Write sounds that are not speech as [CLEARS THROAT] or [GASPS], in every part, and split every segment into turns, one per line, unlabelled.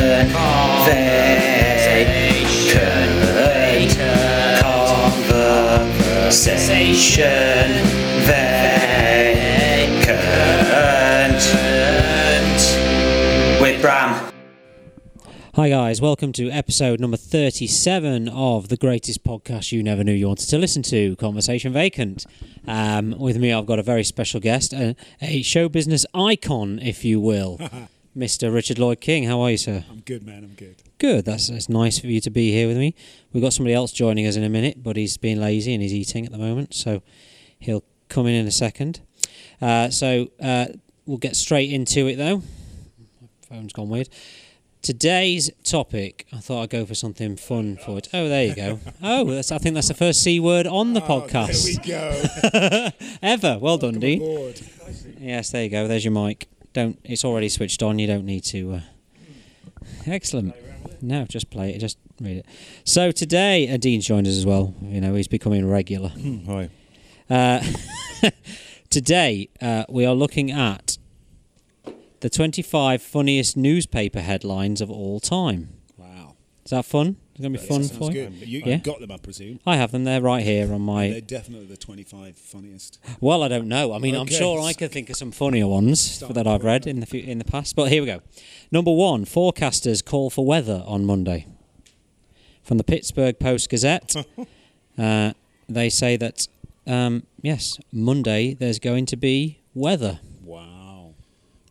Conversation. Vacant. Conversation. Vacant. With Bram.
Hi, guys. Welcome to episode number 37 of the greatest podcast you never knew you wanted to listen to, Conversation Vacant. Um, with me, I've got a very special guest, a, a show business icon, if you will, Mr. Richard Lloyd King. How are you, sir?
I'm good, man. I'm good.
Good. That's, that's nice for you to be here with me. We've got somebody else joining us in a minute, but he's being lazy and he's eating at the moment, so he'll come in in a second. Uh, so uh, we'll get straight into it, though. My phone's gone weird. Today's topic, I thought I'd go for something fun for it. Oh, there you
[LAUGHS]
go. Oh, that's, I think that's the first C word on the podcast
Oh, there we go.
[LAUGHS] ever. Well done,
Welcome
Dean.
aboard.
Yes, there you go. There's your mic. Don't. It's already switched on. You don't need to. Uh... Excellent. No, just play it. Just read it. So today, uh, Dean's joined us as well. You know, he's becoming regular.
Hmm,
Hi.
Uh, [LAUGHS] today, uh, we are looking at the 25 funniest newspaper headlines of all time.
Wow.
Is that fun? It's gonna be fun
Sounds
for you.
good. You,
Yeah.
you got them, I presume.
I have them. They're right here on my.
They're definitely the 25
[GASPS]
funniest.
Well, I don't know. I mean, I'm
Okay.
sure I could think of some funnier ones
Start
that I've read in the few, in the past. But here we go. Number one: forecasters call for weather on Monday. From the Pittsburgh Post Gazette, uh, they say that um, yes, Monday there's going to be weather,
Wow.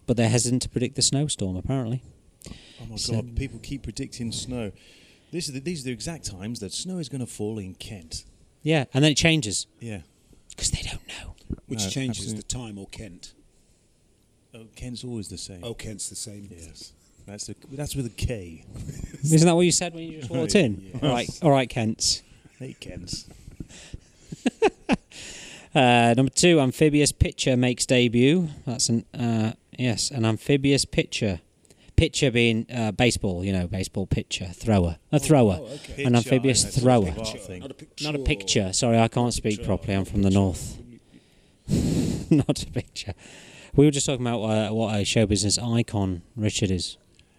but they're hesitant to predict the snowstorm. Apparently,
Oh my
So-
God! People keep predicting snow. This is the, these are the exact times that snow is going to fall in Kent.
yeah, and then it changes
Yeah.
because they don't know.
Which
No,
changes
absolutely.
the time or Kent?
Oh, Kent's always the same.
Oh, Kent's the same.
Yes. That's the, that's with a K.
Isn't that what you said when you just walked in?
Yes.
All right, all right, Kent.
Hey, Kent's.
Uh, number two, amphibious picture makes debut. That's an uh, yes, an amphibious pitcher. Pitcher being uh, baseball, you know, baseball pitcher, thrower, a thrower,
oh, okay.
an amphibious
Pitcher, I
thrower.
think. Sure.
Not a picture.
Not a picture. Sorry, I can't speak
Picture.
properly. I'm from the north. [LAUGHS] Not a picture. We were just talking about uh, what a show business icon Richard is.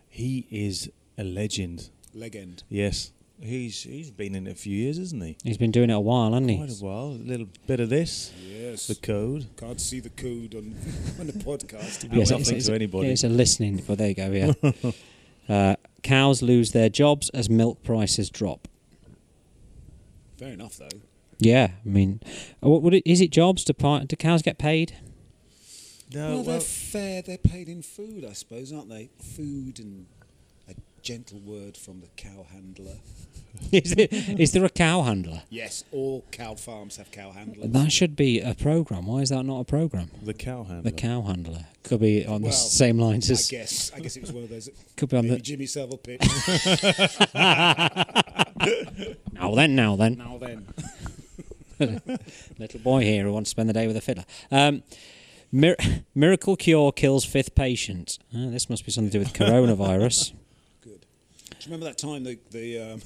He is a legend.
Legend.
Yes. He's he's been in it a few years, isn't he?
He's been doing it a while, hasn't
Quite a
he?
while. A little bit of this.
Yes.
The code.
Can't see the code on, [LAUGHS] on the podcast.
Yes, nothing to anybody.
It's a listening, but there you go. Yeah.
[LAUGHS]
uh, cows lose their jobs as milk prices drop.
Fair enough, though.
Uh, Yeah, I mean, uh, what would it, is it jobs? Do, pi- do cows get paid? [LAUGHS]
No.
well,
well,
they're fair. They're paid in food, I suppose, aren't they? Food and a gentle word from the cow handler.
is, it, is there a cow handler?
Yes, all cow farms have cow handlers.
That should be a program. Why is that not a program?
the cow handler.
The cow handler could be on the
Well,
same lines
I
as
guess. I guess it was one
[LAUGHS]
of those.
could be on
maybe
the.
Jimmy
[LAUGHS]
Savile pitch.
Now then, now then,
now then,
little boy here who wants to spend the day with a fiddler. Um, mir- [LAUGHS] miracle cure kills fifth patient. Uh, this must be something to do
[LAUGHS]
with coronavirus.
good. Do you remember that time the, the um,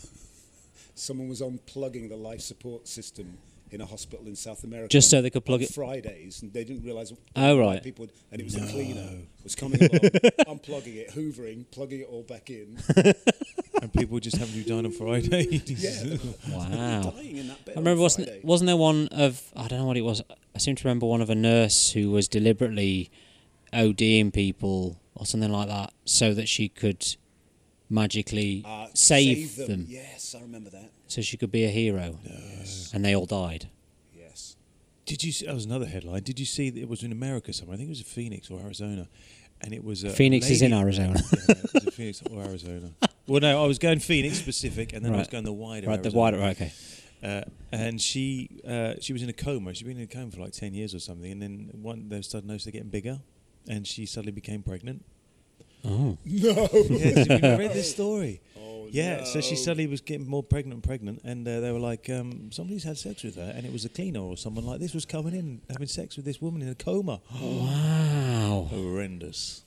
[LAUGHS] someone was unplugging the life support system in a hospital in South America?
Just so they could plug
on
it-
Fridays, and they didn't realise.
Oh,
why
right.
People, would- and it was a cleaner was
[LAUGHS]
coming along, unplugging it, hoovering, plugging it all back in.
and people just having to dine on [LAUGHS] Friday.
Yeah,
Wow.
dying in that bed.
I remember
on
wasn't
Friday.
wasn't there one of I don't know what it was. I seem to remember one of a nurse who was deliberately ODing people or something like that, so that she could magically
Uh,
Ah,
save, them,
Yes, I remember that.
so she could be a hero. And they all died.
Yes.
Did you? See, that was another headline. Did you see that it was in America somewhere? I think it was in Phoenix or Arizona, and it was a
Phoenix is in
Uh, [LAUGHS] lady-
Arizona.
Yeah, it was in Phoenix or Arizona. Well, no, I was going Phoenix specific, and then I was
Right.
going the wider.
right, the
Arizona.
wider. Right, okay.
Uh, and she uh, she was in a coma. She'd been in a coma for like ten years or something, and then one they started noticing they're getting bigger, and she suddenly became pregnant.
Oh,
No.
[LAUGHS] Yeah, so we read this [LAUGHS] story.
Oh,
Yeah, so she
no.
suddenly was getting more pregnant and pregnant, and uh, they were like, um, somebody's had sex with her, and it was a cleaner or someone like this was coming in and having sex with this woman in a coma.
wow.
[GASPS] Horrendous.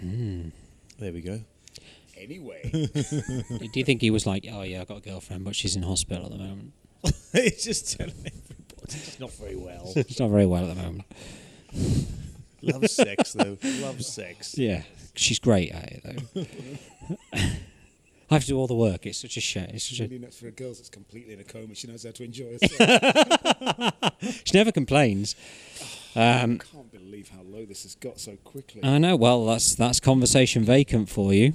There we go. [LAUGHS]
[LAUGHS]
Anyway,
Do you think he was like, oh yeah, I got a girlfriend, but she's in hospital at the moment. [LAUGHS]
it's just telling everybody it's not very well.
She's not very well at the moment.
Love sex though. Love sex.
Yeah, she's great at it though. [LAUGHS] I have to do all the work. It's such a shame. It's such a,
Maybe not for a girl that's completely in a coma. She knows how
[LAUGHS]
to enjoy herself.
she never complains. Um,
I can't believe how low this has got so quickly.
I know. Well, that's that's conversation vacant for you.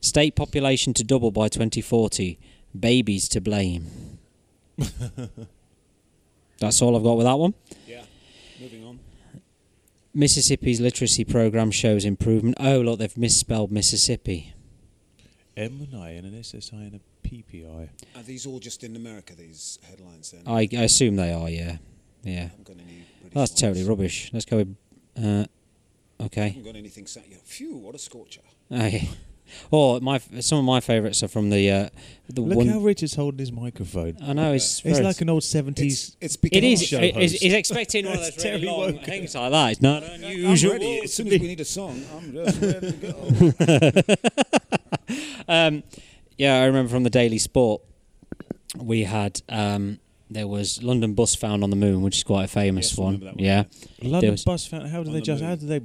State population to double by 2040. Babies to blame. [LAUGHS] that's all I've got with that one.
yeah. Moving on.
Mississippi's literacy program shows improvement. Oh, look, they've misspelled Mississippi.
M and I and an SSI and a PPI.
Are these all just in America? These headlines then.
I, I assume they are. Yeah, yeah.
haven't got any. British
That's totally
ones.
rubbish. Let's go with. Uh, okay.
haven't got anything set yet. Phew! What a scorcher.
Okay. Or my some of my favourites are from the uh, the
Look
one.
how Rich is holding his microphone.
I know it's
It's
very-
like an old seventies.
It's, it's
it
become
is.
a show.
it- it's,
host.
it's expecting one of those really
Terry
long
Wogan.
things like that. It's not
I'm
unusual.
ready. As soon as we need a song, I'm just ready to
[LAUGHS]
go.
Yeah, I remember from the Daily Sport, we had um, there was London bus found on the moon, which is quite a famous
Yes, I
one.
remember that one,
Yeah, There
London
was-
bus found. How do
On
they
the
just? How
moon.
do they?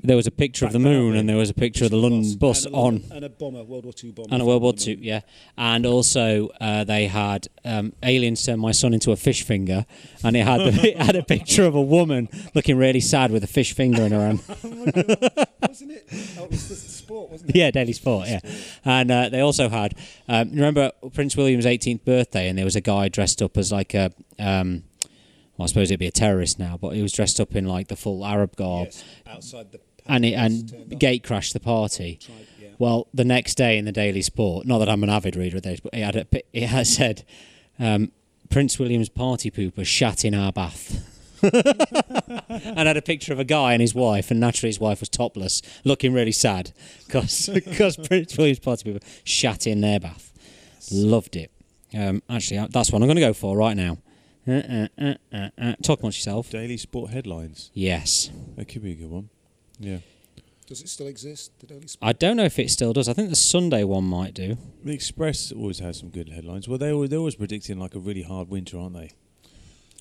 there was a picture of
Back
the
that
moon,
up,
and there was a picture of the London bus
and a,
on.
and a bomber, World War Two bomber,
And a World War
on the
Two,
moon.
yeah. And also, uh, they had um, aliens turned my son into a fish finger, and it had the, [LAUGHS] it had a picture of a woman looking really sad with a fish finger in her hand.
[LAUGHS]
[LAUGHS]
wasn't it? Oh, it was the
[LAUGHS]
sport, wasn't it?
yeah, Daily Sport, yeah. And uh, they also had, um, you remember Prince William's 18th birthday, and there was a guy dressed up as like a. Um, well, I suppose it'd be a terrorist now, but he was dressed up in like the full Arab garb,
Yes, outside the
and it,
palace, turned
and
up.
gate crashed the party.
Tried, yeah.
Well, the next day in the Daily Sport, not that I'm an avid reader of those, but it had a, [LAUGHS] pi- it had said, um, "Prince William's party pooper shat in our bath." [LAUGHS] and had a picture of a guy and his wife, and naturally his wife was topless, looking really sad [LAUGHS] because Prince William's party pooper shat in their bath. Loved it. Um, actually, I- that's what I'm going to go for right now. Uh, uh, uh, uh, uh. Talk amongst yourself.
Daily sport headlines.
Yes.
That could be a good one. Yeah.
Does it still exist? The Daily Sport.
I don't know if it still does. I think the Sunday one might do.
The Express always has some good headlines. Well, they were, they're always predicting like a really hard winter, aren't they?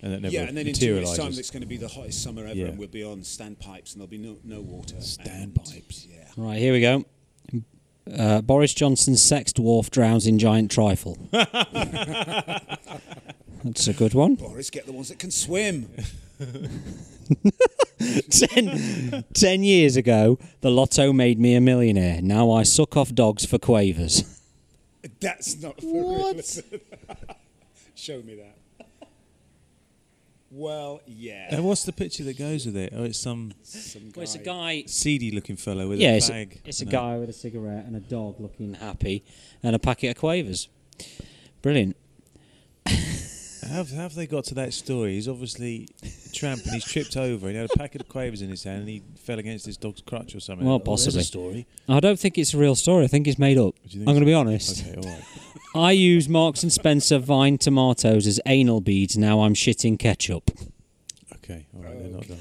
And that never
yeah, and then in two years'
materializes.
time, it's going to be the hottest summer ever,
Yeah.
and we'll be on standpipes, and there'll be no, no water.
Standpipes.
And, yeah.
Right, here we go. Uh, Boris Johnson's sex dwarf drowns in giant trifle.
[LAUGHS]
That's a good one. [LAUGHS]
Boris, get the ones that can swim. [LAUGHS]
Ten, ten years ago, the lotto made me a millionaire. Now I suck off dogs for quavers.
That's not for real.
What?
is it? [LAUGHS] Show me that. Well, yeah.
And what's the picture that goes with it? Oh, it's some
Some
Well, it's a guy.
seedy-looking fellow with
Yeah,
a
it's, a,
bag.
it's a
and
guy with a cigarette and a dog looking happy and a packet of quavers. Brilliant.
Have have they got to that story? He's obviously tramp and he's tripped over. and He had a packet of quavers in his hand and he fell against his dog's crutch or something.
Well,
Oh, there's a
possibly.
story.
I don't think it's a real story. I think it's made up.
Do you think
I'm going to
so?
be honest.
Okay, all right.
I use Marks and Spencer vine tomatoes as anal beads. Now I'm shitting ketchup.
Okay, all right. They're not done.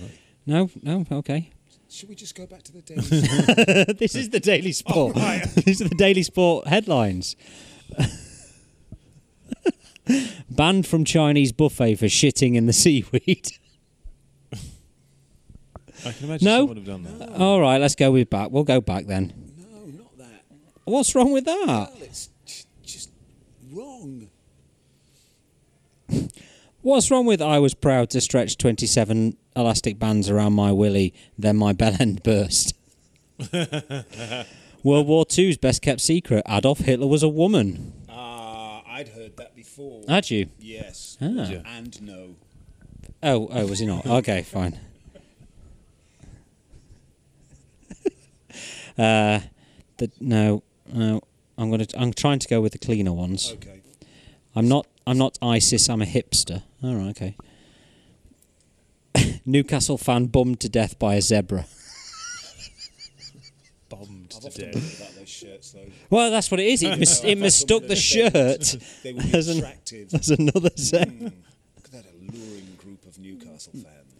No, no, okay.
Should we just go back to the
[LAUGHS]
Daily
[LAUGHS]
Sport?
this is the [LAUGHS] Daily Sport. These are the Daily Sport headlines. [LAUGHS] Banned from Chinese buffet for shitting in the [LAUGHS] seaweed.
I can imagine
No.
someone would have done that.
All right, let's go with back. We'll go back then.
no, not that.
What's wrong with that?
Well, it's j- just wrong.
What's wrong with I was proud to stretch 27 elastic bands around my willy, then my [LAUGHS] bell end burst? [LAUGHS] World War II's best kept secret Adolf Hitler was a woman.
Ah, I'd heard that before.
Ah.
Had you?
Yes.
Ah.
Yeah.
And no.
Oh, oh, was he not? Okay, fine. Uh, the, no, no. I'm gonna. I'm trying to go with the cleaner ones.
Okay.
I'm not. I'm not ISIS. I'm a hipster. All right. Okay. [LAUGHS] Newcastle fan bummed to death by a zebra.
Bombed
I've
to
often
death.
wondered about those shirts, though.
Well, that's what it is. It, mis- it
I've often
mistook
wondered
the
if
shirt [LAUGHS]
They
[LAUGHS]
would be
as, an,
attractive.
as another zebra.
Hmm. Look at that alluring group of Newcastle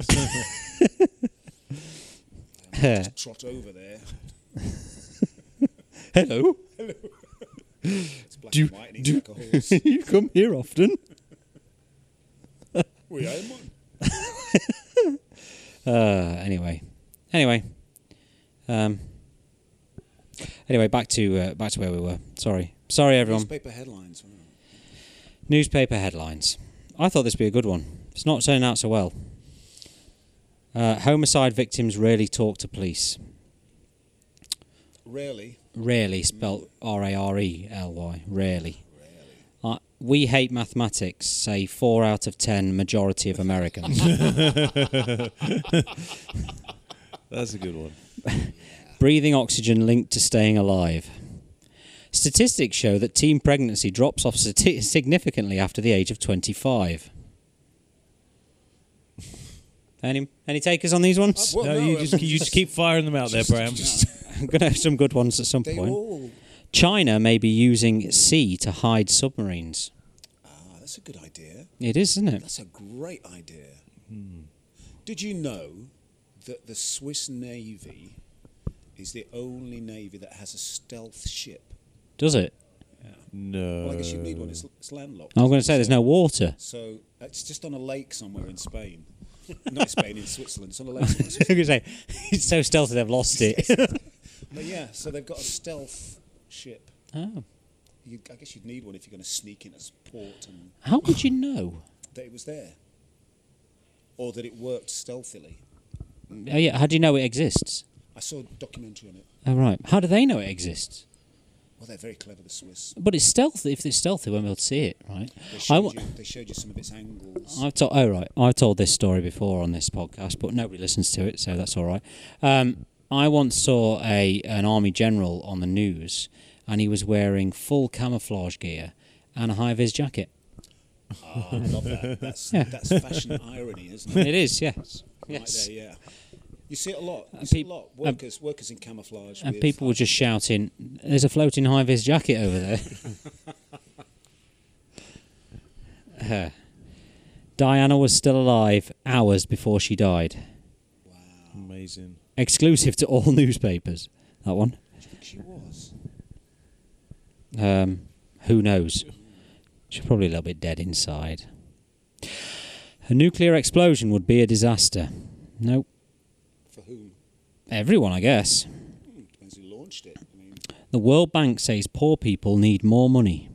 fans. They just trot over there.
[LAUGHS] Hello. [LAUGHS]
It's black
Do-
and white and
do-
he's like a
[LAUGHS]
horse.
you come here often.
we own one.
Uh, anyway, Anyway, um, anyway, back to uh, back to where we were. Sorry, sorry, everyone.
Newspaper headlines. wow.
Newspaper headlines. I thought this would be a good one. It's not turning out so well. Uh, homicide victims rarely talk to police.
Rarely.
Rarely spelt R A R E L Y. Rarely.
Rarely.
Uh, we hate mathematics. Say four out of ten majority of Americans.
That's a good one.
Breathing oxygen linked to staying alive. Statistics show that teen pregnancy drops off sati- [LAUGHS] significantly after the age of 25. Any any takers on these ones?
Well,
no,
no,
you
um,
just you
[LAUGHS]
just keep firing them out there, Bram.
[LAUGHS] I'm going to have some good ones at some
They
point.
all.
China may be using sea to hide submarines.
Ah, that's a good idea.
It is, isn't it?
That's a great idea.
Hmm.
Did you know that the Swiss Navy is the only navy that has a stealth ship?
Does it?
No.
Well, I guess you need one. It's, it's landlocked.
I was going to
isn't
say
it?
there's no water. [LAUGHS]
So it's just on a lake somewhere in Spain. Not Spain, in Switzerland. It's on a lake. somewhere in
I was going to say [LAUGHS] it's so stealthy they've lost it. [LAUGHS]
But yeah, so they've got a stealth ship.
oh.
You, I guess you'd need one if you're going to sneak in a port and
How would you know?
that it was there, or that it worked stealthily.
Oh, yeah. How do you know it exists?
I saw a documentary on it.
Oh, right. How do they know it exists?
Well, they're very clever, the Swiss.
But it's stealthy. If it's stealthy, we won't be able to see it, right?
They
I
showed,
wa-
you, they showed you some of its angles.
I've told. Oh, right. I've told this story before on this podcast, but nobody listens to it, so that's all right. Um, I once saw a an army general on the news, and he was wearing full camouflage gear and a high vis jacket.
Ah, I love that.
[LAUGHS]
That's,
Yeah.
that's fashion irony, isn't it?
it is, yes, [LAUGHS]
Right
yes.
there, yeah. You see it a lot. You
And
see it
peop-
a lot.
and-
Workers, workers in camouflage.
And
with-
people were just shouting, "There's a floating high vis jacket over there." Uh, Diana was still alive hours before she died.
Wow,
[LAUGHS]
Amazing.
exclusive to all [LAUGHS] newspapers. That one.
I think she was.
Um, who knows? She's probably a little bit dead inside. A nuclear explosion would be a disaster. Nope.
For whom?
Everyone, I guess.
Hmm, depends who launched it. I mean,
The World Bank says poor people need more money.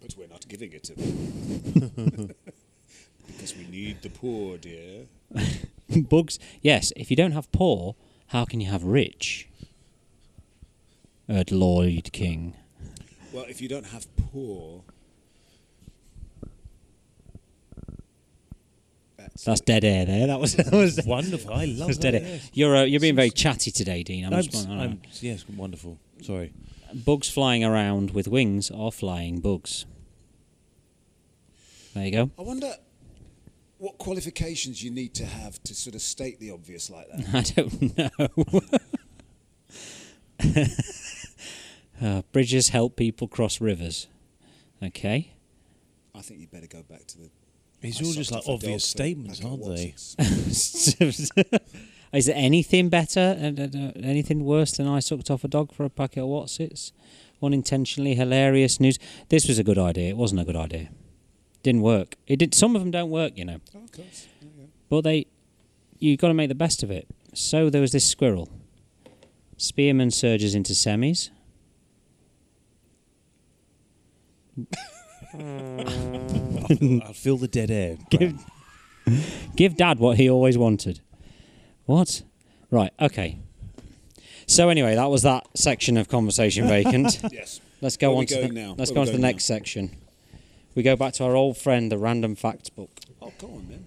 but we're not giving it to them. [LAUGHS] because we need the poor, dear.
[LAUGHS] Bugs. Yes, if you don't have poor, how can you have rich? Erd Lloyd King.
Well, if you don't have poor. That's,
That's dead air there. That was, [LAUGHS] that was, that
Wonderful. I love
was
that.
dead air. You're, uh, you're being very chatty today, Dean. I'm,
I'm,
just going, I don't know.
I'm, yes, wonderful. Sorry.
Bugs flying around with wings are flying bugs. There you go. [LAUGHS]
I wonder what qualifications you need to have to sort of state the obvious like that.
I don't know. [LAUGHS] uh, bridges help people cross rivers. Okay.
I think you'd better go back to the.
It's
I
all
sucked
just like
off a dog
obvious
for-
statements,
back at
aren't [LAUGHS] they?
Watson's.
[LAUGHS] Is there anything better and and, uh, anything worse than I sucked off a dog for a packet of Watsits? Unintentionally hilarious news. This was a good idea. It wasn't a good idea. Didn't work. It did. Some of them don't work, you know.
Oh, of course. Yeah, yeah.
But they, you got to make the best of it. So there was this squirrel. Spearman surges into semis.
I'll feel the dead air. Bram.
Give Dad what he always wanted. What? Right. Okay. So anyway, that was that section of conversation vacant.
[LAUGHS] Yes.
Let's go
Where are
on
we
to the,
going now?
let's go
Where
on
are we
to the
going
next section. We go back to our old friend, the random facts book.
Oh, go on then.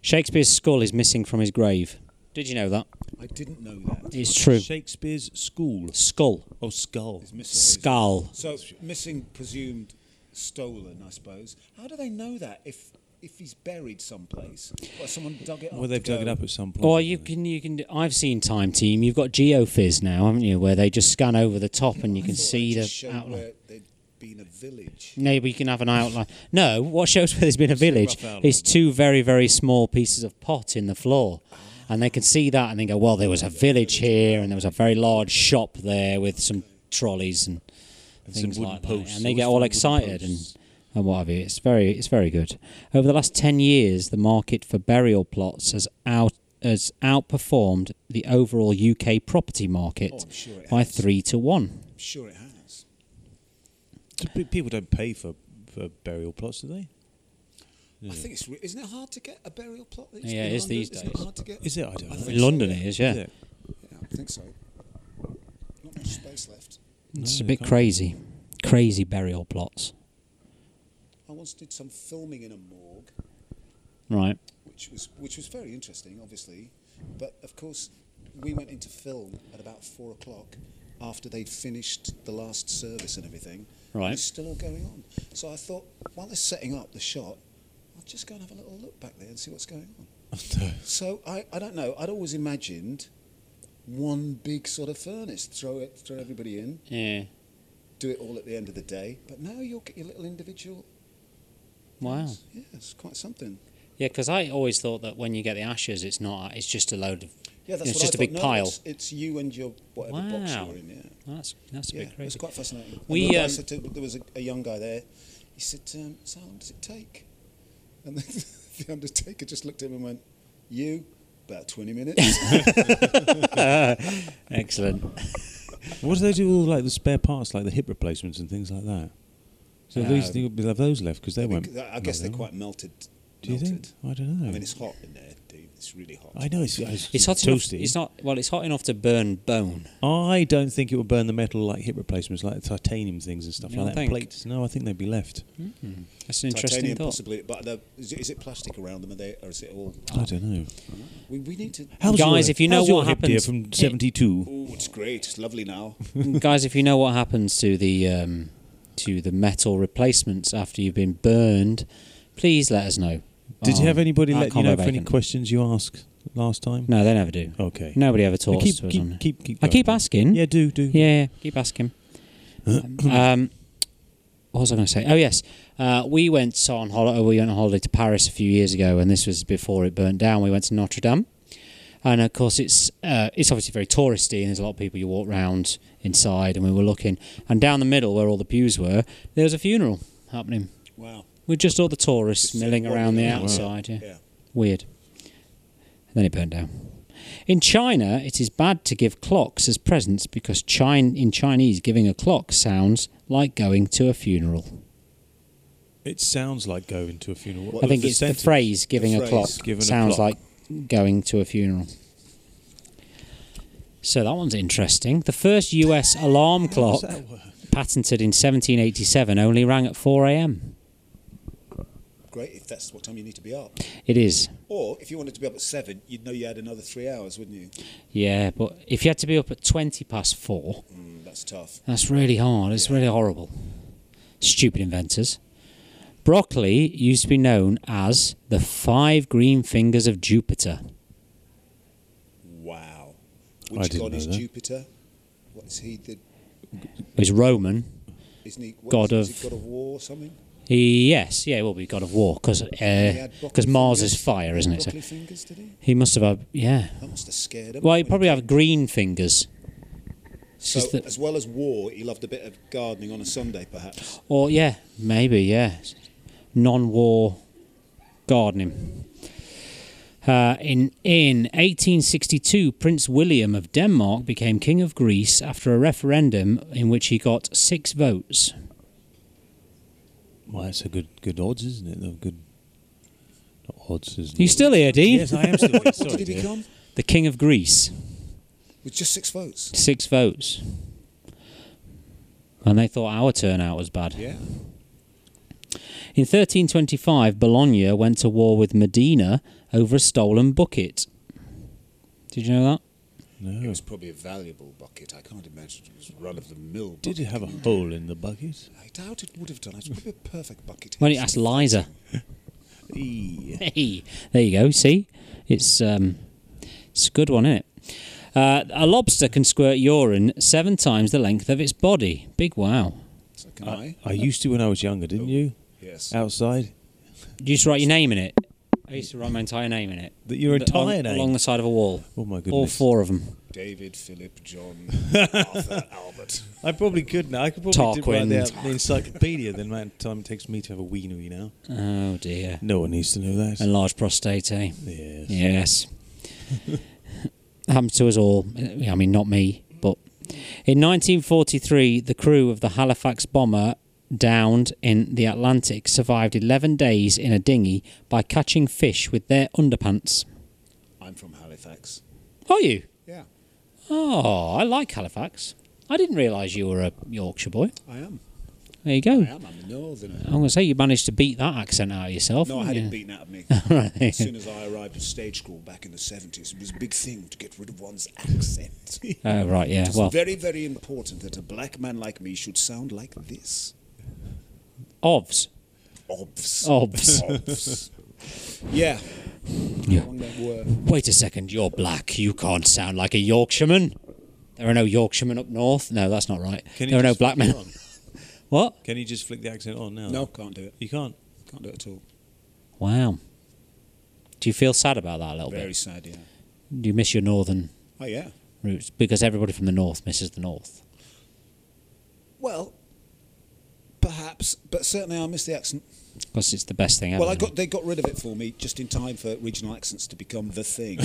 Shakespeare's skull is missing from his grave. Did you know that?
I didn't know that.
It's true.
Shakespeare's school
Skull.
or skull.
It's missing.
Skull.
So missing, presumed, stolen. I suppose. How do they know that if if he's buried someplace or someone dug it up?
Well, they've
to
dug it
go-
up at some point.
Or you
haven't
can you can. I've seen Time Team. You've got GeoFizz now, haven't you? Where they just scan over the top and you
I
can
thought
see
they just
the
showed
outline.
where there'd been a village.
Maybe you can have an outline. No, what shows where there's been a
a rough
village
outline.
is two very very small pieces of pot in the floor, and they can see that and they go, well, there was a village here and there was a very large shop there with some trolleys and
And some
things
wooden
like that,
posts.
and they get
Always
all
find wooden
excited and.
posts.
And what have you? It's very, it's very good. Over the last ten years, the market for burial plots has out has outperformed the overall UK property market
Oh, I'm sure it
by
has.
three to one.
I'm sure it has.
So pe- People don't pay for, for burial plots, do they?
I think it's re- isn't it hard to get a burial plot? these-
Yeah, it
in
is these
London? Isn't
days.
It hard to get?
Is it? I don't
I
know.
think
In London,
so, yeah.
it is, yeah.
Is it?
Yeah, I think so. Not much space left.
It's a
No, they
bit
can't.
crazy. Crazy burial plots.
I once did some filming in a morgue,
Right.
which was which was very interesting, obviously. But of course, we went into film at about four o'clock after they'd finished the last service and everything.
Right.
It was still all going on. So I thought, while they're setting up the shot, I'll just go and have a little look back there and see what's going on.
[LAUGHS] No.
So I, I don't know. I'd always imagined one big sort of furnace, throw it, throw everybody in,
Yeah.
do it all at the end of the day. But now you'll get your little individual.
Wow.
Yeah, it's quite something.
Yeah, because I always thought that when you get the ashes, it's not. It's just a load of.
Yeah, that's
It's
what
just a
I
big
thought. No,
pile.
It's, it's you and your whatever box
Wow.
you're in. Yeah.
That's that's a
Yeah,
bit
it's
crazy.
quite fascinating. And
We,
the guy
um,
said to- there was a, a young guy there. He said, um, "So how long does it take?" And [LAUGHS] then the undertaker just looked at him and went, "You, about twenty
[LAUGHS]
minutes."
[LAUGHS]
Excellent.
What do they do with all like the spare parts, like the hip replacements and things like that? So at
No.
least they'll have those left because they won't.
I guess they're
no,
quite melted.
Do you
melted.
think? I don't know.
I mean, it's hot in there, dude. It's really hot.
I know it's, it's,
It's hot
toasty.
enough. It's not. Well, it's hot enough to burn bone.
I don't think it will burn the metal like hip replacements, like titanium things and stuff
You
like
don't
that.
think? Hmm?
Plates. No, I think they'd be left.
That's an interesting
Titanium,
thought.
possibly, but the, is, it, is it plastic around them? Are they, or is it all?
I don't know.
We, we need to.
Guys,
your-
if you know
how's your
what
hip, dear,
happens-
from
it-
'72,
Oh, it's great. It's lovely now.
[LAUGHS]
Guys, if you know what happens to the um, to the metal replacements after you've been burned, please let us know.
did you
Um,
have anybody
at
let you know
Combo
for any
Bacon.
questions you asked last time?
No, they never do.
Okay.
Nobody ever
No,
talks
keep,
to us. on
keep,
it.
keep, keep.
I
going.
keep asking.
Yeah, do do.
Yeah, yeah, keep asking. um, [COUGHS] what was I going to say? Oh yes, uh, we went on holiday. We went on holiday to Paris a few years ago, and this was before it burnt down. We went to Notre Dame, and of course it's uh, it's obviously very touristy, and there's a lot of people. You walk round inside, and we were looking, and down the middle where all the pews were, there was a funeral happening
Wow.
with just all the tourists
Just
milling
wandering
around the
around.
outside. Yeah.
Yeah.
Weird. And then it burned down. In China, it is bad to give clocks as presents because Chin- in Chinese, giving a clock sounds like going to a funeral.
It sounds like going to a funeral.
I
What
I think
the
it's
sentence?
the phrase giving
The
a
phrase,
clock
given a
sounds
clock.
like going to a funeral. So that one's interesting. The first
[LAUGHS]
US alarm
How does
clock,
that work?
patented in 1787, only rang at 4 a.m.
Great if that's what time you need to be up.
It is.
Or if you wanted to be up at seven, you'd know you had another three hours, wouldn't you?
Yeah, but if you had to be up at 20 past 4,
Mm, that's tough.
That's really hard. It's
Yeah.
really horrible. Stupid inventors. Broccoli used to be known as the five green fingers of Jupiter.
Wow.
I
Which
didn't
god
know
is
that.
Jupiter? What is he? The
He's Roman.
isn't he? what
God
is- is
of-
he god of war or something?
He, yes, yeah, he will be god of war because
He had broccoli
Mars
fingers.
is fire, isn't it? So
Broccoli fingers, did he?
he must have had yeah.
That must have scared him.
Well, he
when
probably
came
have green fingers. It's
So,
just that-
as well as war, he loved a bit of gardening on a Sunday, perhaps.
Or yeah, maybe yeah, non-war gardening. Uh, in in 1862, Prince William of Denmark became king of Greece after a referendum in which he got six votes.
Well, that's a good good odds, isn't it? Though good not odds, isn't it?
You still here, Dean?
Yes, I am [LAUGHS] still. Here. Sorry,
What did he
dear.
become?
The king of Greece,
With just six votes.
six votes, and they thought our turnout was bad.
Yeah.
In 1325, Bologna went to war with Medina over a stolen bucket. Did you know that?
It
No.
was probably a valuable bucket. I can't imagine it was run of the mill.
Did it have a hole in the bucket?
I doubt it would have done. It's probably a perfect bucket.
When you asked Liza.
Eee.
Hey, there you go. See, it's um, it's a good one, isn't it? Uh, a lobster can squirt urine seven times the length of its body. Big wow!
So
Uh,
can
I,
I?
I used to when I was younger, didn't you?
Yes.
Outside,
You used to write your name in it. I used to write my entire name in it.
that eh? your
But
entire
along,
name.
along the side of a wall.
oh my
All
goodness!
four of them.
David,
[LAUGHS]
Philip, John, Arthur, Albert.
I probably could now. I could probably do
Tarquin.
right there the encyclopedia. then man, time it takes me to have a weenery now.
Oh dear.
No one needs to know that.
And large prostate, eh?
yes.
Yes. Happens to us all. I mean, not me, but in 1943, the crew of the Halifax bomber downed in the Atlantic survived 11 days in a dinghy by catching fish with their underpants.
I'm from Halifax.
Are you?
Yeah,
Oh, I like Halifax. I didn't realise you were a Yorkshire boy.
I am.
There you
I
go.
am. I'm a northerner.
I'm going to say you managed to beat that accent out of yourself.
No, I had
didn't
it
you?
beaten out of
[LAUGHS]
me.
Right.
As soon as I arrived at stage school back in the 70s, it was a big thing to get rid of one's accent. [LAUGHS]
Oh, right, yeah.
It's
Well,
very, very important that a black man like me should sound like this.
OVS.
Obvs.
Oh.
[LAUGHS]
Obvs. [LAUGHS]
Obvs. yeah.
Yeah.
Along that word.
Wait a second, you're black. You can't sound like a Yorkshireman. There are no Yorkshiremen up north. No, that's not right.
Can you
there are no
just
black
flick
men.
it on?
[LAUGHS] What?
Can you just flick the accent on now?
No, can't do it.
You can't.
Can't do it at all.
Wow. Do you feel sad about that a little
Very sad, yeah.
bit? Do you miss your northern
Oh, yeah.
roots? Because everybody from the north misses the north.
Well, perhaps, but certainly I miss the accent.
Because it's the best thing ever.
Well, I
isn't
got they got rid of it for me just in time for regional accents to become
[LAUGHS]
the thing.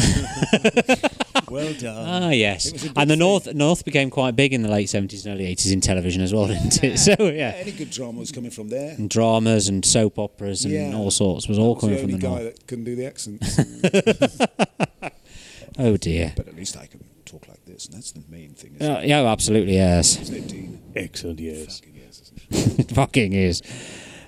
Well
it?
done.
Ah yes,
um, it was a big
and the
thing.
north north became quite big in the late seventies and early eighties in television as well, didn't it? [LAUGHS] So yeah,
Any good drama was coming from there.
and dramas and soap operas and
Yeah.
all sorts was all
I was
coming
the
from
only
the
guy
north.
that couldn't do the
[LAUGHS]
accents.
Oh dear.
but at least I can talk like this, and that's the main thing. Isn't
Yeah, yeah, absolutely yes.
it? Isn't it, Dean?
Excellent, yes.
Fucking yes, isn't it?
It fucking is.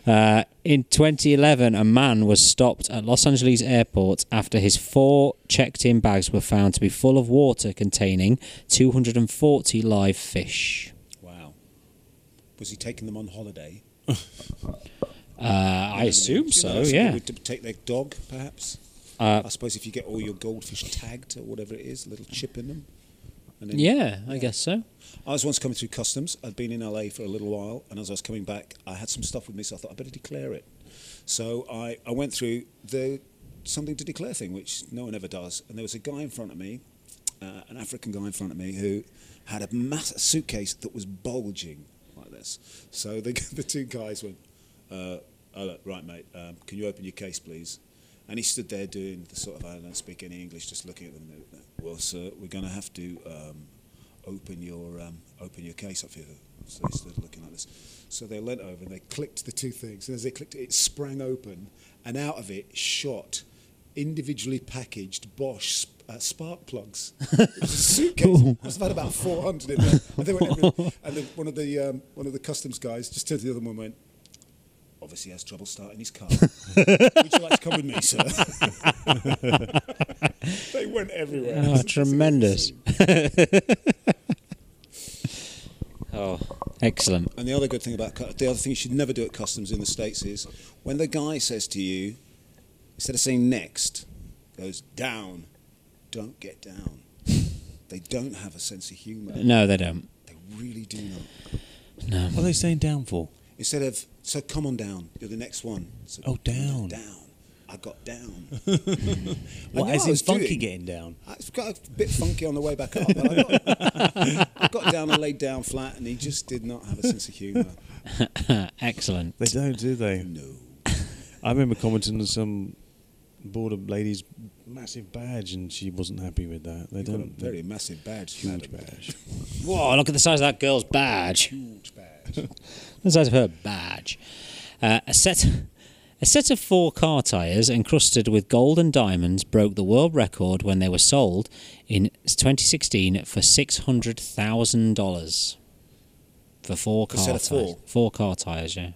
Uh, in 2011, a man was stopped at Los Angeles airport after his four checked in bags were found to be full of water containing 240 live fish.
Wow. Was he taking them on holiday?
Uh, I assume
You know,
so,
that's what they
yeah.
would t- take their dog, perhaps.
Uh,
I suppose if you get all your goldfish tagged or whatever it is, a little chip in them. And then-
Yeah, I guess so.
I was once coming through customs. I'd been in LA for a little while, and as I was coming back, I had some stuff with me, so I thought I better declare it. So I, I went through the something to declare thing, which no one ever does. And there was a guy in front of me, uh, an African guy in front of me, who had a mass a suitcase that was bulging like this. So the, [LAUGHS] the two guys went, uh, oh, look, right, mate, um, can you open your case, please? And he stood there doing the sort of, I don't speak any English, just looking at them. Well, sir, we're going to have to um, open your um, open your case up here. So they stood looking like this. So they leant over and they clicked the two things. And as they clicked it, it sprang open, and out of it shot individually packaged Bosch sp- uh, spark plugs. [LAUGHS] It was a suitcase. I must have had about 400 in there. And, they went everywhere. and the, one, of the, um, one of the customs guys just turned to the other one and went, obviously has trouble starting his car. Would you like to come with me, sir? [LAUGHS] they went everywhere.
Oh,
It's- it's
tremendous.
amazing.
[LAUGHS] Oh, excellent.
And the other good thing about cu- the other thing you should never do at customs in the states is when the guy says to you, instead of saying next, goes down, don't get down. They don't have a sense of humour.
Mm.
No, they don't.
They really do not.
No.
What are they saying down for?
Instead of so come on down, you're the next one. So,
Oh, down.
down. I got down. knew
What, as
I
in
was
funky
doing-
getting down?
I was got a bit funky on the way back up. But I, got,
[LAUGHS]
I got down and laid down flat, and he just did not have a sense of humour.
excellent.
They don't, do they?
No.
I remember commenting on some border lady's massive badge, and she wasn't happy with that. They
You got a
don't.
very massive badge.
huge
madam.
badge.
Whoa, look at the size of that girl's badge.
Huge badge.
the size of her badge. Uh, a set. A set of four car tyres encrusted with gold and diamonds broke the world record when they were sold in 2016 for $600,000 for four
A
car
set of
tyres.
four?
car tyres, yeah.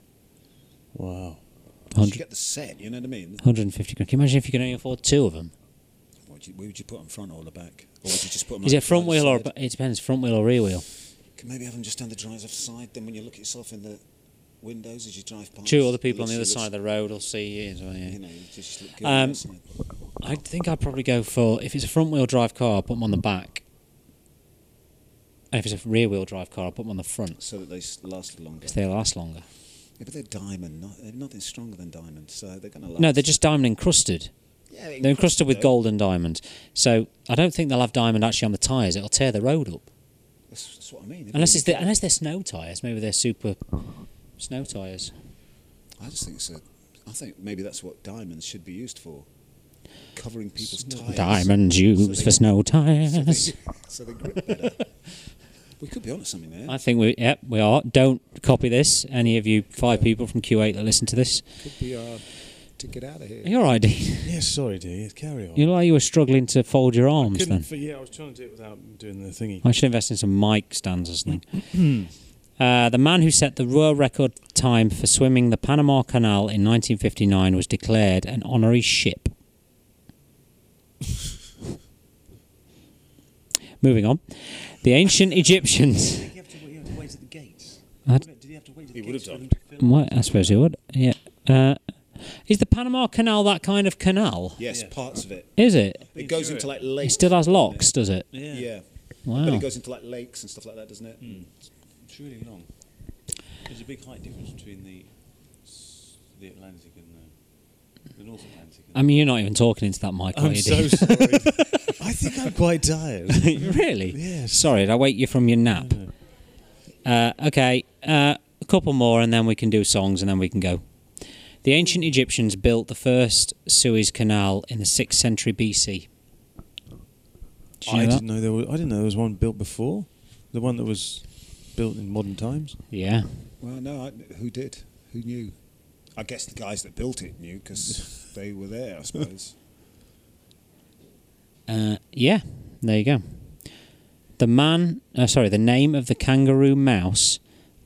Wow.
You should
100,
get the set. You know what I mean?
150 grand. Can you imagine if you can only afford two of them?
What would you, where would you put them, front or the back? Or would you just put them?
Is it front wheel or ba- it depends, front wheel or rear wheel?
Could maybe have them just down the driver's side. Then when you look at yourself in the windows as you drive past,
Two other people on the
it
other
looks-
side of the road will see you as well, yeah.
You know, you just look good
Um,
on the outside.
I think I'd probably go for if it's a front wheel drive car, I'll put them on the back. And if it's a rear wheel drive car, I'll put them on the front
so that they s- last longer.
because they last longer.
Yeah, but they're diamond. Not, they're nothing stronger than diamond, so they're going to last.
No, they're just diamond encrusted.
Yeah,
They're encrusted with
though.
gold and diamond. So I don't think they'll have diamond actually on the tyres. It'll tear the road up.
That's, that's what I mean.
Unless it's the, unless they're snow tyres. Maybe they're super snow tyres.
I just think it's a. I think maybe that's what diamonds should be used for. covering people's tires.
Diamonds used for snow
[LAUGHS] So
tires.
they, so they grip better. we could be onto something there.
I think we, yep, we are. Don't copy this. Any of you five people from Q8 that listen to this,
could be our to get out of here.
you're right. Dean.
Yes, sorry, dear. Yes, carry on.
You look like you were struggling to fold your arms.
Couldn't
Then
fi- yeah, I was trying to do it without doing the thingy.
I should invest in some mic stands or something. [CLEARS THROAT] Uh, the man who set the world record time for swimming the Panama Canal in 1959 was declared an honorary ship. [LAUGHS] Moving on. The ancient Egyptians. [LAUGHS]
Did he have to wait, at the gates?
I'd-
Did he have to wait at
He
the
would
gates?
have
for
done.
them to film?
Well, I suppose you would. Yeah. Uh, is the Panama Canal that kind of canal?
Yes,
Yeah.
parts of it.
Is it?
It
Yeah,
goes
sure.
into like
It
lakes.
still Oh. has
doesn't
locks,
it?
does it?
Yeah. Hmm.
Yeah. But
Wow.
it goes into like lakes and stuff like that, doesn't it?
It's really long. There's a big height difference between the s- the Atlantic and the, the North Atlantic.
I mean, you're not even talking into that mic, are
I'm
you?
so
Dean?
sorry. I think I'm quite tired.
[LAUGHS] really?
Yes.
Sorry, did I wake you from your nap? Uh, okay, uh, a couple more and then we can do songs and then we can go. The ancient Egyptians built the first Suez Canal in the 6th century BC. Did you
I
know that?
didn't know there was. I didn't know there was one built before. The one that was built in modern times.
Yeah.
Well, no, I, who did? Who knew? I guess the guys that built it knew [LAUGHS] because they were there, I suppose.
Uh, yeah, there you go. The man, uh, sorry, the name of the kangaroo mouse,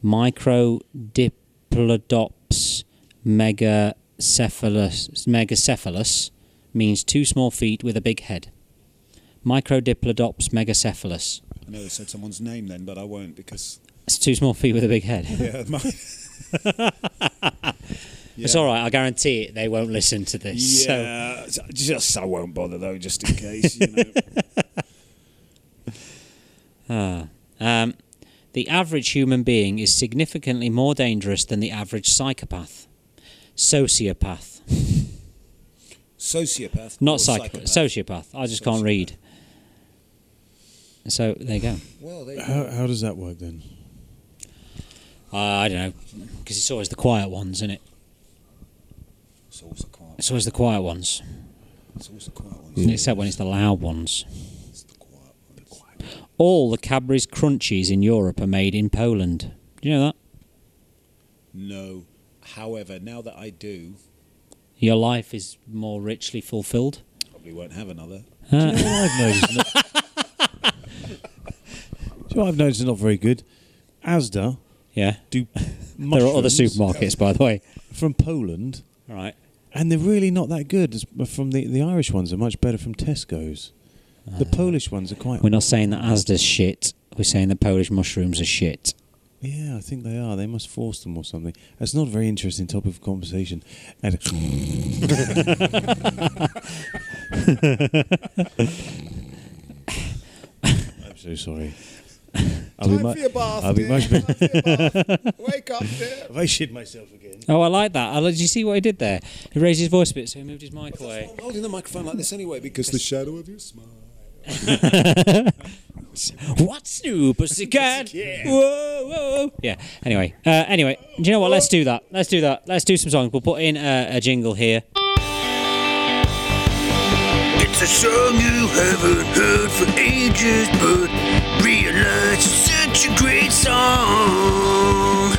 Microdiplodops megacephalus, megacephalus, means two small feet with a big head. Microdiplodops megacephalus.
I know they said someone's name then, but I won't because.
It's two small feet with a big head. [LAUGHS]
Yeah, [LAUGHS] my-
It's all right. I guarantee it. They won't listen to this. So
Yeah, so- just I won't bother though, just in case. You know.
Um, the average human being is significantly more dangerous than the average psychopath, sociopath,
Sociopath.
not
or
psychopath, sociopath. I just can't
Sociopath.
read. So there you go.
Well,
[LAUGHS]
they,
How, how does that work [LAUGHS] then?
Uh, I don't know because it's always the quiet ones, isn't it?
it's always the quiet.
It's always the quiet ones,
It's always the quiet ones.
except when it's the loud ones.
It's the quiet ones.
All the Cadbury's crunchies in Europe are made in Poland. Do you know that?
No. However, now that I do,
Your life is more richly fulfilled.
probably won't have another.
Do you know what I've noticed? not, [LAUGHS] Do you know what I've noticed is not very good. Asda
Yeah.
do
[LAUGHS] There are other
mushrooms
supermarkets, by the way.
from Poland,
All right.
and they're really not that good. It's- uh, From the the Irish ones are much better from Tesco's. The
Ah.
Polish ones are quite.
We're not saying that Asda's shit. We're saying that Polish mushrooms are shit.
Yeah, I think they are. They must force them or something. That's not a very interesting topic of conversation. And [LAUGHS] I'm so sorry. I'll be, mu-
bath,
I'll be
[LAUGHS]
much better.
Wake up, dear.
Have I shit myself again?
Oh, I like that. I like, did you see what he did there? He raised his voice a bit, so he moved his mic away.
I'm holding the microphone like this anyway because the shadow of your smile.
[LAUGHS] What's new,
[LAUGHS]
pussycat? Whoa, whoa. Yeah. Anyway, uh, anyway, do you know what? Let's do that. Let's do that. Let's do some songs. We'll put in a, a jingle here.
It's a song you haven't heard for ages, but realize it's such a great song.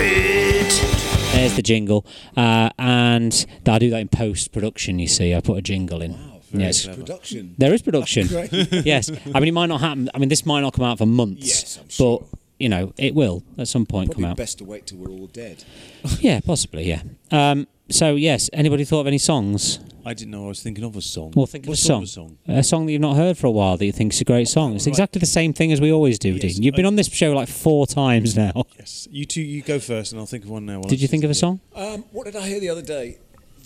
It
There's the jingle, uh, and I do that in post production. You see, I put a jingle in.
Oh,
Wow, yes.
Production.
There is
[LAUGHS]
production. yes. I mean, it might not happen. I mean, this might not come out for months.
Yes, I'm
but,
sure.
you know, it will at some point
Probably
come out.
best to wait till we're all dead.
Yeah, possibly, yeah. Um, so, yes, anybody thought of any songs?
I didn't know I was thinking of a song.
Well, think
What
of a
sort
song. A song that you've not heard for a while that you think is a great song. It's
Right.
exactly the same thing as we always do,
Yes,
Dean. You've been
I-
on this show like four times now.
Yes. You two, you go first, and I'll think of one now. while
Did
I'm
you think of a
sitting
song?
Um, what did I hear the other day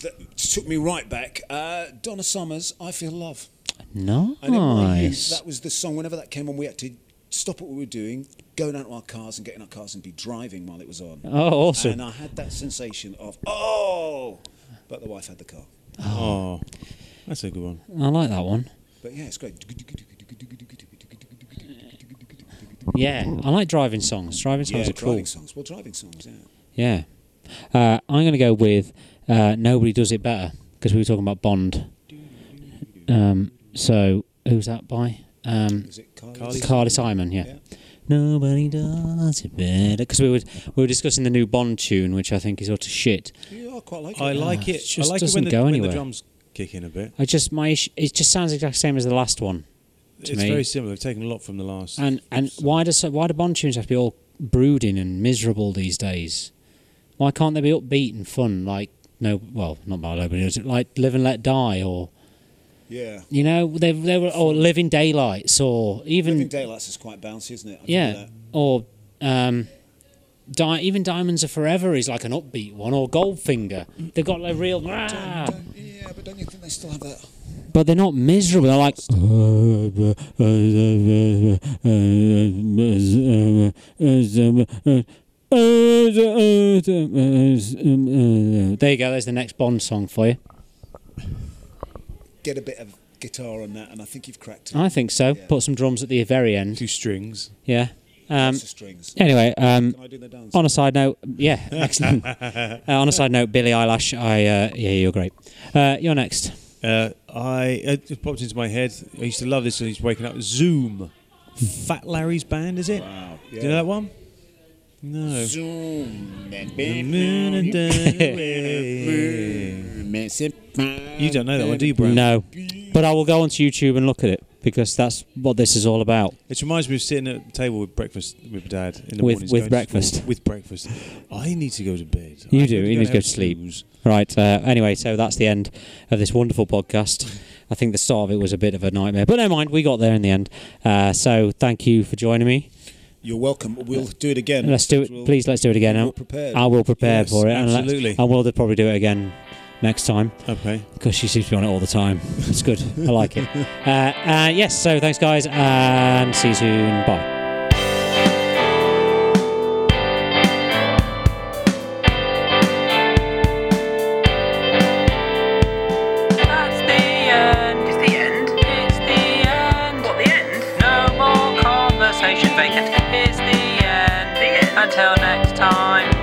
that took me right back? Uh, Donna Summers, I Feel Love. And in my youth,
Nice.
that was the song. Whenever that came on, we had to stop what we were doing, go down to our cars and get in our cars and be driving while it was on.
Oh, awesome.
And I had that sensation of, oh! But the wife had the car.
here. Oh, that's a good one.
I like that one.
But yeah, it's great.
Yeah, I like driving songs. Driving songs
yeah,
are cool.
driving songs. Well, driving songs, yeah.
Yeah. Uh, I'm going to go with uh, Nobody Does It Better because we were talking about Bond. Um, so who's that by? Um,
Is it
Carly-
Carly?
Carly Simon, yeah.
Yeah.
Nobody does it better because we were we were discussing the new Bond tune, which I think is utter shit.
You are quite like
I
it.
like
it
it. I
just
like it
doesn't
when the,
go
when the
anywhere.
drums kick in a bit.
I just my ish- it just sounds exactly the same as the last one,
It's
To me.
very similar. They've taken a lot from the last.
and and why does why do Bond tunes have to be all brooding and miserable these days? Why can't they be upbeat and fun like no well not by nobody does it like Live and Let Die or
Yeah.
you know they they were or Living Daylights or even
Living Daylights is quite bouncy, isn't it? I can do
yeah
that.
or um, di- even Diamonds Are Forever is like an upbeat one or Goldfinger they've got a real "Ah."
Don't- yeah, but don't you think they still have that?
but they're not miserable. They're like, there you go. There's the next Bond song for you.
Get a bit of guitar on that, and I think you've cracked it.
I think so.
Yeah.
Put some drums at the very end.
two strings.
Yeah. Um,
Lots of strings.
anyway, um,
Can I do the dance?
on a side note, yeah, excellent. Uh, on a side note, Billy Eyelash, I uh, yeah, you're great. Uh, you're next.
Uh, I it just popped into my head. I used to love this. when I used to waking up. Zoom, Fat Larry's band, is it?
Wow.
Do you know that one? No.
Zoom, man.
you don't know that one, do you, Brown?
No, but I will go onto YouTube and look at it because that's what this is all about.
It reminds me of sitting at the table with breakfast with Dad in the
With-
mornings,
with
going to
breakfast.
school with breakfast. I need to go to bed.
You
I
do,
have
you need to go
have
to sleep.
snooze.
Right. Uh, anyway, so that's the end of this wonderful podcast. I think the start of it was a bit of a nightmare, but never mind. We got there in the end. Uh, so thank you for joining me.
You're welcome. We'll do it again.
Let's do it.
We'll-
Please, let's do it again.
we'll
I-
prepare.
I will prepare
Yes,
for it. and let's-
absolutely.
And we'll probably do it again next time
Okay.
because she seems to be on it all the time. It's good. I like it. Uh, uh, yes. So thanks, guys, and see you soon. Bye.
That's the end. It's the end. It's the end. What, the end? No more conversation vacant. It's the end. The end. Until next time.